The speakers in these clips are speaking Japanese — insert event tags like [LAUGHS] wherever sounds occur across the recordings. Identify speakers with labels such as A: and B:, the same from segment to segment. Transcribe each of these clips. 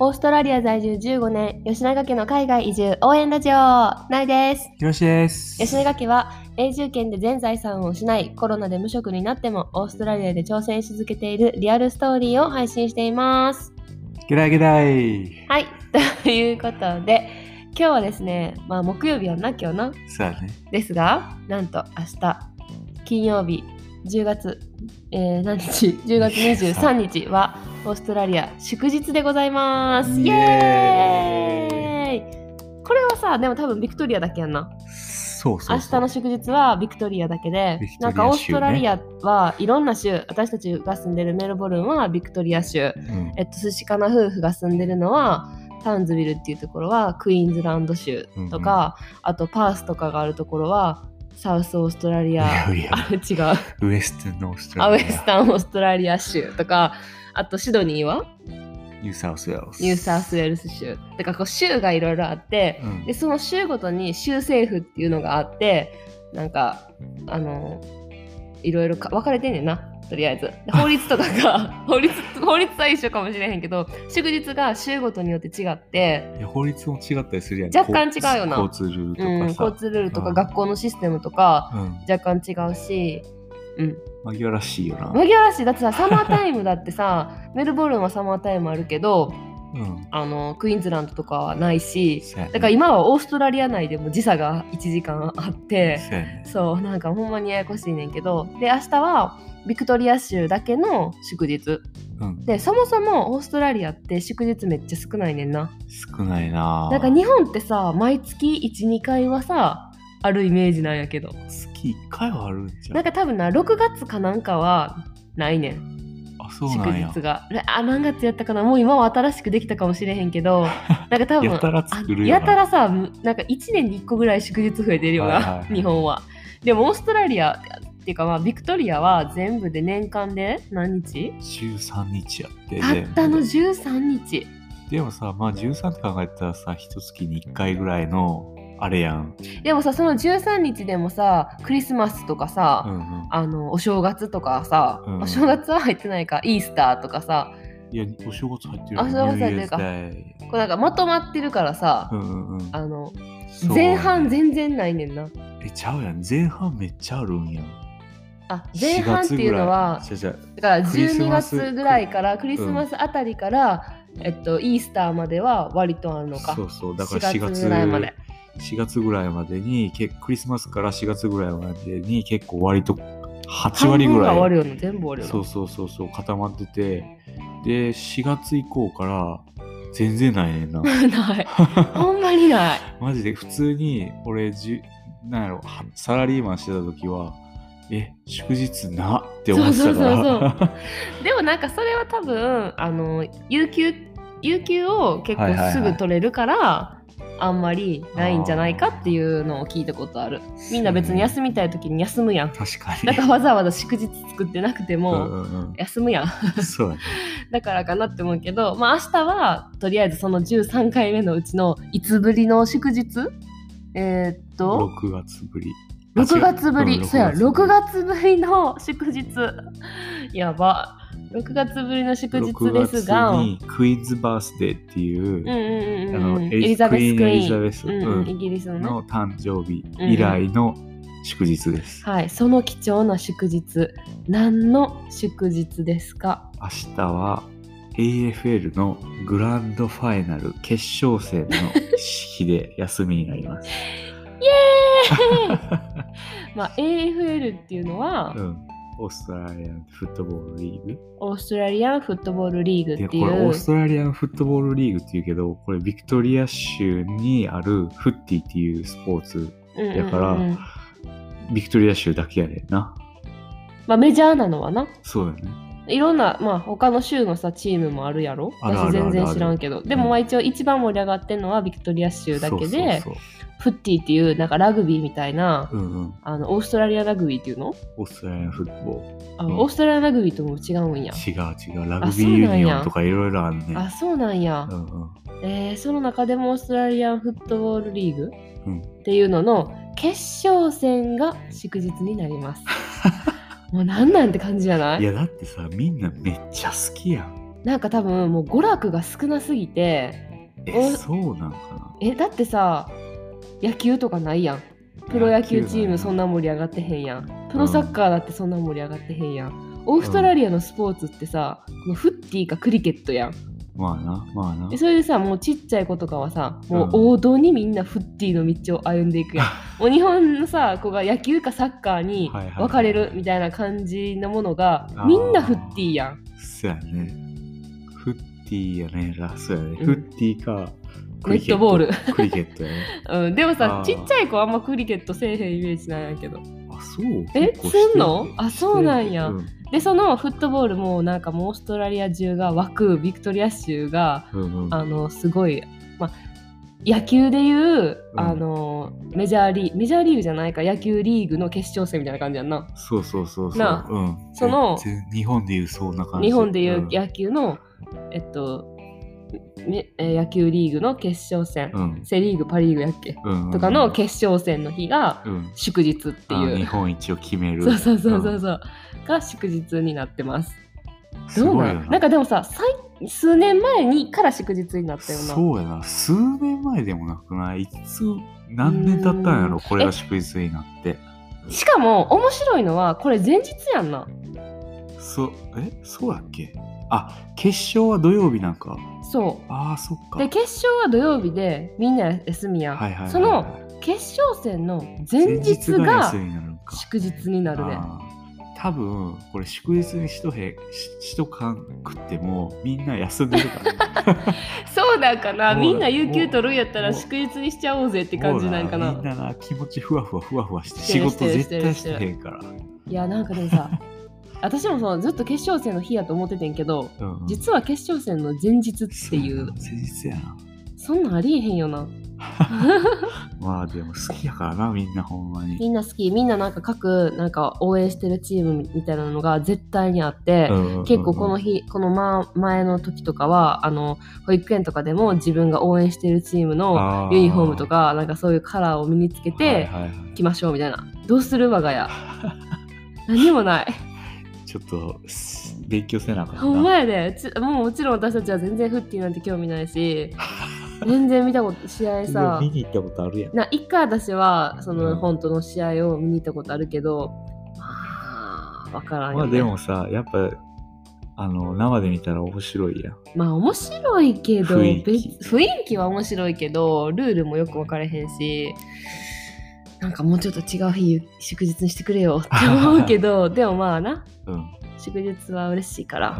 A: オーストラリア在住15年、吉永家の海外移住応援ラジオ、なえです。
B: ひろしです。
A: 吉永家は永住権で全財産を失い、コロナで無職になってもオーストラリアで挑戦し続けているリアルストーリーを配信しています。
B: ゲラゲライ。
A: はい、ということで、今日はですね、まあ木曜日やんな、今日な。
B: そうだね。
A: ですが、なんと明日、金曜日、10月、えー何日
B: [LAUGHS]
A: ?10 月23日は、オーストラリア祝日でございます。イ
B: イ
A: エ
B: エ
A: ーイこれはさ、でも多分ビクトリアだけやんな。
B: そうそうそ
A: 明日
B: う。
A: の祝日はビクトリアだけで、
B: ビクトリア州ね
A: なんかオーストラリアはいろんな州、私たちが住んでるメルボルンはビクトリア州、
B: うん
A: えっと、寿司かな夫婦が住んでるのはタウンズビルっていうところはクイーンズランド州とか、あとパースとかがあるところはサウスオーストラリ
B: い [LAUGHS]
A: ア
B: やいや
A: あれ違う
B: ウエストノーストラ
A: アウ
B: リア。
A: ェスタンオーストラリア州とかあとシドニーは
B: ニューサウスウェルス。
A: ニューサウスウェルス州とかこう州がいろいろあって
B: うん
A: でその州ごとに州政府っていうのがあってなんかあのいろいろか分かれてんねんなとりあえずで法律とかが [LAUGHS] 法律法律は一緒かもしれへんけど祝日が州ごとによって違って、
B: いや法律も違ったりするやん。
A: 若干違うよな
B: 交通交通ル
A: うん、
B: ールとか
A: 交
B: さ。
A: 通ルールと
B: う
A: か
B: ん
A: 学校のシステムとか
B: うん。
A: 若干違うし
B: 紛らわしいよな。
A: 紛らわしいだってさサマータイムだってさ [LAUGHS] メルボルンはサマータイムあるけど
B: うん。
A: あのクイーンズランドとかはないし
B: そうやね
A: だから今はオーストラリア内でも時差が1時間あって。
B: そうやね
A: そうなんかほんまにややこしいねんけどで明日はビクトリア州だけの祝日
B: うん。
A: でそもそもオーストラリアって祝日めっちゃ少ないねんな
B: 少ないな。
A: なんか日本ってさ毎月12回はさあるイメージなんやけど
B: 月一回はあるんじゃ
A: なん
B: ん。
A: か多分な6月かなんかはないねん
B: あ、そう
A: 祝
B: なんや
A: 日。があ何月やったかなもう今は新しくできたかもしれへんけ
B: [LAUGHS]
A: どなんか多分
B: やたら作る
A: あや
B: よな
A: たらさむなんか1年に1個ぐらい祝日増えてるよな、
B: はいはいはい
A: 日本はでもオーストラリアっていうかまあビクトリアは全部で年間で何日
B: 十三日やって。
A: た
B: で
A: ったの13日
B: でもさ、まあ13って考えたらさ、一月に1回ぐらいのあれやん。
A: でもさその13日でもさクリスマスとかさ、
B: うんうん。
A: あのお正月とかさ、
B: うん
A: お正月は入ってないかイースターとかさ
B: いや、お正月入ってる
A: あお正月入ってるか
B: ニューイヤーズデイ
A: こうなんかまとまってるからさ、
B: うんうんうん。
A: あの
B: そう
A: 前半全然ないねんな
B: え、ちゃうやん。前半めっちゃあるんやん。
A: あ前半っていうのは
B: 4月ぐらい。
A: だか
B: じゃ
A: ら
B: クリス
A: 12
B: マス
A: 月ぐらいからクリスマスあたりから、えっと、イースターまでは割とある
B: じ
A: の
B: ゃ
A: か
B: そうそう。だから
A: 4
B: 4月
A: 月ぐらいまで。
B: 4月ぐらいまでに、けクリスマスから4月ぐらいまでに結構割と8割ぐら
A: 半分が終
B: い。
A: わるよね全部終わる
B: そ
A: よ
B: うそうそうそう、固まってて。で、4月以降から全然ないねんな。
A: ね
B: [LAUGHS]
A: ないほんまにない
B: マジで普通に俺じゅなんやろはサラリーマンしてた時はえ祝日なって思ってたから
A: そうそう
B: [LAUGHS]
A: でもなんかそれは多分あの有給有給を結
B: はいはいは
A: 構
B: い
A: すぐ取れるから、あんまりないんじゃないかっていうのを聞いたことあるみんな別に休みたい時に休む
B: [LAUGHS]
A: やん
B: 確かに
A: だからわざわざ祝日作ってなくて
B: うん
A: も
B: うん
A: 休むやん
B: うんそう
A: [LAUGHS]
B: やね
A: だからかなって思うけど、まあ、明日はとりあえずその13回目のうちのいつぶりの祝日えーっと
B: 6月ぶりあ違う
A: 6月ぶり、
B: うん
A: そうや6
B: 6
A: 月ぶりの祝日 [LAUGHS] やば6月ぶりの祝日
B: 6
A: で
B: 月
A: すが
B: にクイーンズバースデーっていう、
A: うんうんうんうん
B: あの
A: エリザベス・
B: ク
A: ク
B: イーンエ
A: イ
B: リザベ
A: ー
B: ス
A: ン、うんうん
B: うん
A: イギリスのね
B: の誕生日以来の祝日です、
A: はいその貴重な祝日何の祝日ですか
B: 明日は AFL のグランドファイナル決勝戦の日で休みになりま
A: [LAUGHS]
B: す、
A: イエーイまあ AFL っていうのは、
B: うん、オーストラリアンフットボールリーグ
A: オーストラリアンフットボールリーグ
B: で
A: って
B: こ
A: い
B: れオ
A: う
B: ーストラリアンフットボールリーグっていうけどこれビクトリア州にあるフッティっていうスポーツやから
A: うんうんうん
B: ビクトリア州だけやねんな
A: まあ、メジャーなのはな
B: そうだよね
A: いろんな、まあ、他の州のさチームもあるやろ
B: あるある
A: 私
B: あるあ
A: 全
B: る
A: 然知らんけどでもまあ一応一番盛り上がってるのはビクトリア州だけで
B: そうそう
A: フッティっていうなんかラグビーみたいな、
B: そう、うんうん、
A: あのオーストラリアラグビーっていうの
B: オーストラリアンフットボール
A: あ、
B: うん
A: オーストラリアラグビーとも違うんや
B: 違う違うラ
A: あ
B: グ
A: そう
B: ビ
A: な
B: ー
A: んや
B: ユニオンとかいろいろあるね
A: あそうなんや
B: う、んうん
A: えーその中でもオーストラリアンフットボールリーグ、
B: うん
A: っていうのの決勝戦が祝日になり
B: [LAUGHS]
A: ますもうなんなんて感じじゃない
B: いやだってさみんなめっちゃ好きやん
A: なんか多分もう娯楽が少なすぎて
B: え
A: お
B: そうなんか
A: えだってさ野球とかないやん
B: な
A: プロ野球チームそん
B: な
A: な盛り上がってへんやんプロサッカーだってそんな盛り上がってへんやんオーストラリアのスポーツってさ、このフッティかクリケットやん
B: まあなまあな
A: でそれでさもうちっちゃい子とかはさもう
B: うん
A: 王道にみんなフッティの道を歩んでいくやん
B: [LAUGHS]
A: もう日本のさ子が野球かサッカーに
B: はいはい
A: 分かれるみたいな感じのものが、
B: あー
A: みんなフッティやん
B: そうやねフッティやねラそうやね、
A: うん
B: フッティかクリケ
A: ネットボール
B: クリケットやね
A: うん、でもさ
B: あー
A: ちっちゃい子あんまクリケットせえへんイメージなんやけど
B: あそう
A: [LAUGHS] え
B: 結構して
A: すんの
B: る
A: あそうなんや
B: してる
A: でそのフットボールもなんかもうオーストラリア中が湧くビクトリア州が
B: うんうんうん
A: あのすごい、まあ、野球でいう、
B: うん
A: あのメジャーリーメジャーリーグじゃないか野球リーグの決勝戦みたいな感じやんな
B: そうそうそうそ
A: な
B: う、うん、
A: その
B: 全然日本でいうそうな感じ
A: 日本でいうん野球の、えっとめえー野球リーグの決勝戦、
B: うん
A: セ・リーグパ・リーグやっけ
B: うん
A: とかの決勝戦の日が
B: うん、っ
A: 祝日ってい
B: 日
A: う
B: 本一を決める
A: そうそうそうそううそうが祝日になってます
B: んす
A: どう
B: ごい
A: な
B: よ
A: んなんかでもさ最数年前にから祝日になったよな
B: そうやな数年前でもなくないいつ何年経ったんや
A: う
B: ろ
A: ん
B: これが祝日になって
A: しかも面白いのはこれ前日やんな
B: そうえそうやっけあ決勝は土曜日なんか
A: そ
B: あーそっ
A: う
B: か
A: で決勝は土曜日でみんな休みやん、
B: はいはいはいはい
A: その決勝戦の前日が
B: 前日休みになるんか
A: 祝日になるね
B: あー多分これ祝日にしとへししとかんくってもみんな休んでる
A: [LAUGHS]
B: からね
A: そうなんかな
B: もう
A: みんな有給取るんやったら
B: もう
A: 祝日にしちゃおうぜって感じなんかな
B: もうみんなな気持ちふわふわふわふわして
A: し
B: 仕
A: てるし
B: 事
A: てる
B: 絶対し
A: して
B: て
A: る
B: へんから
A: いやなんかでもさ [LAUGHS] 私もそうずっと決勝戦の日やと思っててんけど
B: うんうん
A: 実は決勝戦の前日ってい
B: そうや
A: う
B: な誠実やな
A: そんなんありえへんよな
B: まあでも好きやからなみんなほんまに
A: みんな好きみんななんか各なんか応援してるチームみたいなのが絶対にあって、結構この
B: 日
A: 日このま前の時とかはあの保育園とかでも自分が応援してるチームのユニフォームとかなんかそういうカラーを身につけて行きましょうみたいな、どうする我が家何もない
B: ちょっとす勉強せなあかった
A: ほんまやでちもうもちろん私たちは全然フッティなんて興味ないし全然見たこと試合さ
B: 見に行ったことあるやん
A: な一回私はそうの
B: ん
A: 本当の試合を見に行ったことあるけどまあ分からん
B: ま
A: よ、
B: あ
A: ね
B: でもさやっぱあの生で見たら面白いやん
A: まあ面白いけど
B: 雰囲気
A: 別雰囲気は面白いけどルールもよく分からへんしなんかもうちょっと違う日祝日にしてくれよって思うけ
B: [LAUGHS]
A: どでもまあな
B: うん
A: 祝日は嬉しいから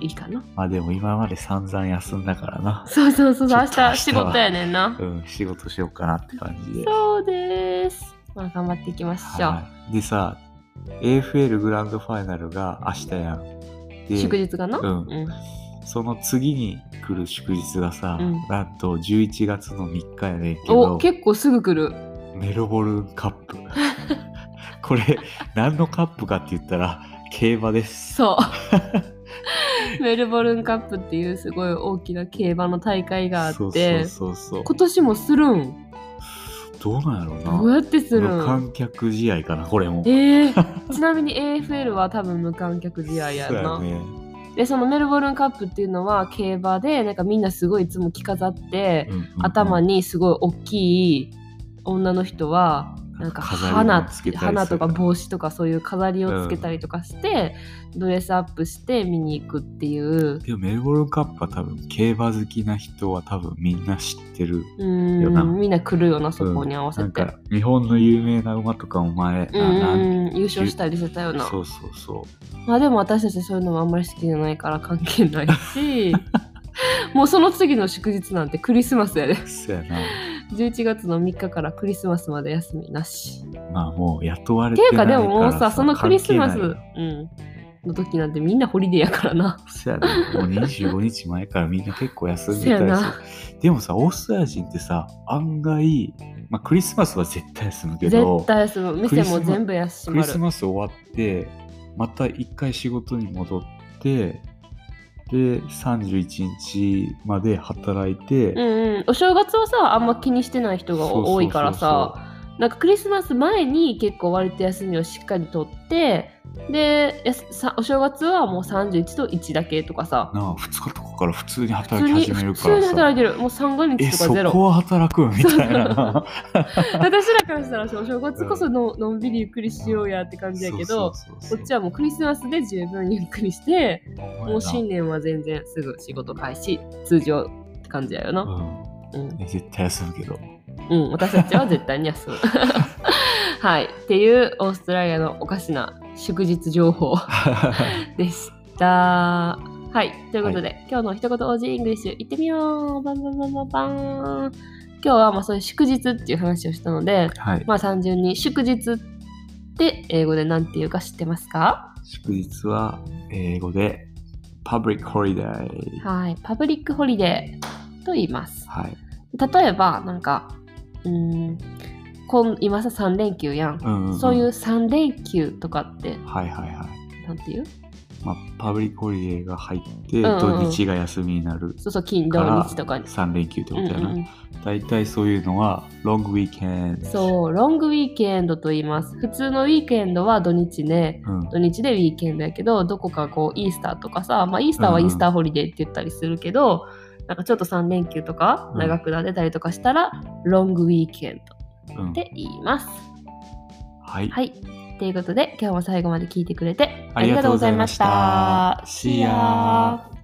A: いいかな
B: まあでも今まで散々休んだからな
A: そうそうそうそう明
B: ちょっと明日は
A: 日仕事やねんな
B: うん仕事しようかなって感じで
A: そうですまあ頑張っていきましょう
B: はいでさ AFL グランドファイナルが明日やんで
A: 祝日かな
B: うん
A: うん
B: その次に来る祝日がさ、
A: うん
B: なんと11月の3日やねんけ
A: お
B: ど
A: 結構すぐ来る
B: メルボルンカップ [LAUGHS] これ何のカップかって言ったら競馬です
A: そう
B: [LAUGHS]
A: メルボルンカップっていうすごい大きな競馬の大会があって
B: そうそうそうそう
A: 今年もするん
B: どうなんやろうな
A: どうやってする
B: 無
A: ん
B: 観客試合かなこれも
A: えー、ちなみに AFL は多分無観客試合やんな、
B: そうやね
A: でそのメルボルンカップっていうのは競馬でなんかみんなすごいいつも着飾って、
B: うんうんうん
A: 頭にすごい大きい女の人はなんか
B: 飾り
A: 花
B: もつけたりする
A: 花とか帽子とかそういう飾りをつけたりとかして、ドレスアップして見に行くっていう
B: でもメルボルンカップは多分競馬好きな人は多分みんな知ってる
A: う
B: よ
A: ー
B: なん
A: みんな来るよなそこに合わせ
B: なん
A: て、
B: か日本の有名な馬とかお前
A: うん
B: ななん
A: うん優勝したりしてたよな
B: そうそうそ
A: まあでも私たちそういうのもあんまり好きじゃないから関係ない
B: [LAUGHS]
A: しもうその次の祝日なんてクリスマスやで [LAUGHS]
B: うそうやな
A: 11月の3日からクリスマスまで休みなしっ
B: まあもう雇われ
A: て
B: て
A: いう
B: な
A: か
B: いか
A: で
B: ら
A: ももうさそのクリスマス、う
B: 関係ないよ
A: ん、の時なんてみんなホリデーやからな
B: そうやなもう25日前からみんな結構休んで
A: そ
B: た
A: [LAUGHS] うや
B: り
A: な
B: するでもさオーストラリア人ってさ案外、まあ、クリスマスは絶対休むけど
A: 絶対休む店も全部休
B: ク
A: ま
B: リ
A: る
B: スマス終わってまた一回仕事に戻ってで31日まで働いて、
A: うんうんお正月はさあんま気にしてない人が多いからさなんかクリスマス前に結構割と休みをしっかりとってでやすさお正月はもう31と1だけとかさ
B: なあ2日とかから普通に
A: 普通
B: 働き
A: に
B: 始め
A: 普
B: るか
A: 通
B: ら
A: に働
B: さ
A: いてるもう三が
B: え
A: 日と
B: そ
A: かゼロ
B: こは働くみたいなな
A: 私らからしたらさお正月こそののんびりゆっくりしようや [LAUGHS] って感じやけど
B: そうそうそ
A: こ
B: うそう
A: っちはもうクリスマスで十分ゆっくりして
B: ほんまやな
A: もう新年は全然すぐ仕事開始通常って感じやよな、うん
B: うん、え絶対休むけど
A: うん、私たちは絶対に休む [LAUGHS] はいっていうオーストラリアのおかしな祝日情報でしたはいということで、今日の一言 OG イングリッシュ行ってみようバンバンバンバンバン今日はまあそういう祝日っていう話をしたので
B: はい
A: まあ単純に祝日って英語で何て言うか知ってますか
B: 祝日は英語でパブリックホリデー
A: はいパブリックホリデーと言います
B: はい
A: 例えばなんかうーんこん今さ3連休やん、
B: うんん
A: そういう3連休とかって
B: はいはいはい
A: なんていう
B: まあ、パブリックホリデーが入って、
A: うんうんうん
B: 土日が休みになる
A: そうそう金土
B: から
A: 日とかに、
B: 3連休って
A: う
B: こ
A: ん
B: と
A: う
B: やな、
A: ん
B: 大体そういうのはロングウィーケン
A: うん、
B: ド
A: そうロングウィーケンドと言います普通のウィーケンドは土日ね
B: うん、
A: 土日でウィーケンドやけどどこかこうイースターとかさ、まあ、イースターは
B: うん
A: イ
B: うん
A: ースターホリデーって言ったりするけど、なんかちょっと3連休とか
B: うん
A: 長くなってたりとかしたら、ロングウィーケン
B: うん
A: ドって言います。
B: はい、
A: はい。ということで、今日も最後まで聞いてくれて
B: ありがとうございました
A: See ya.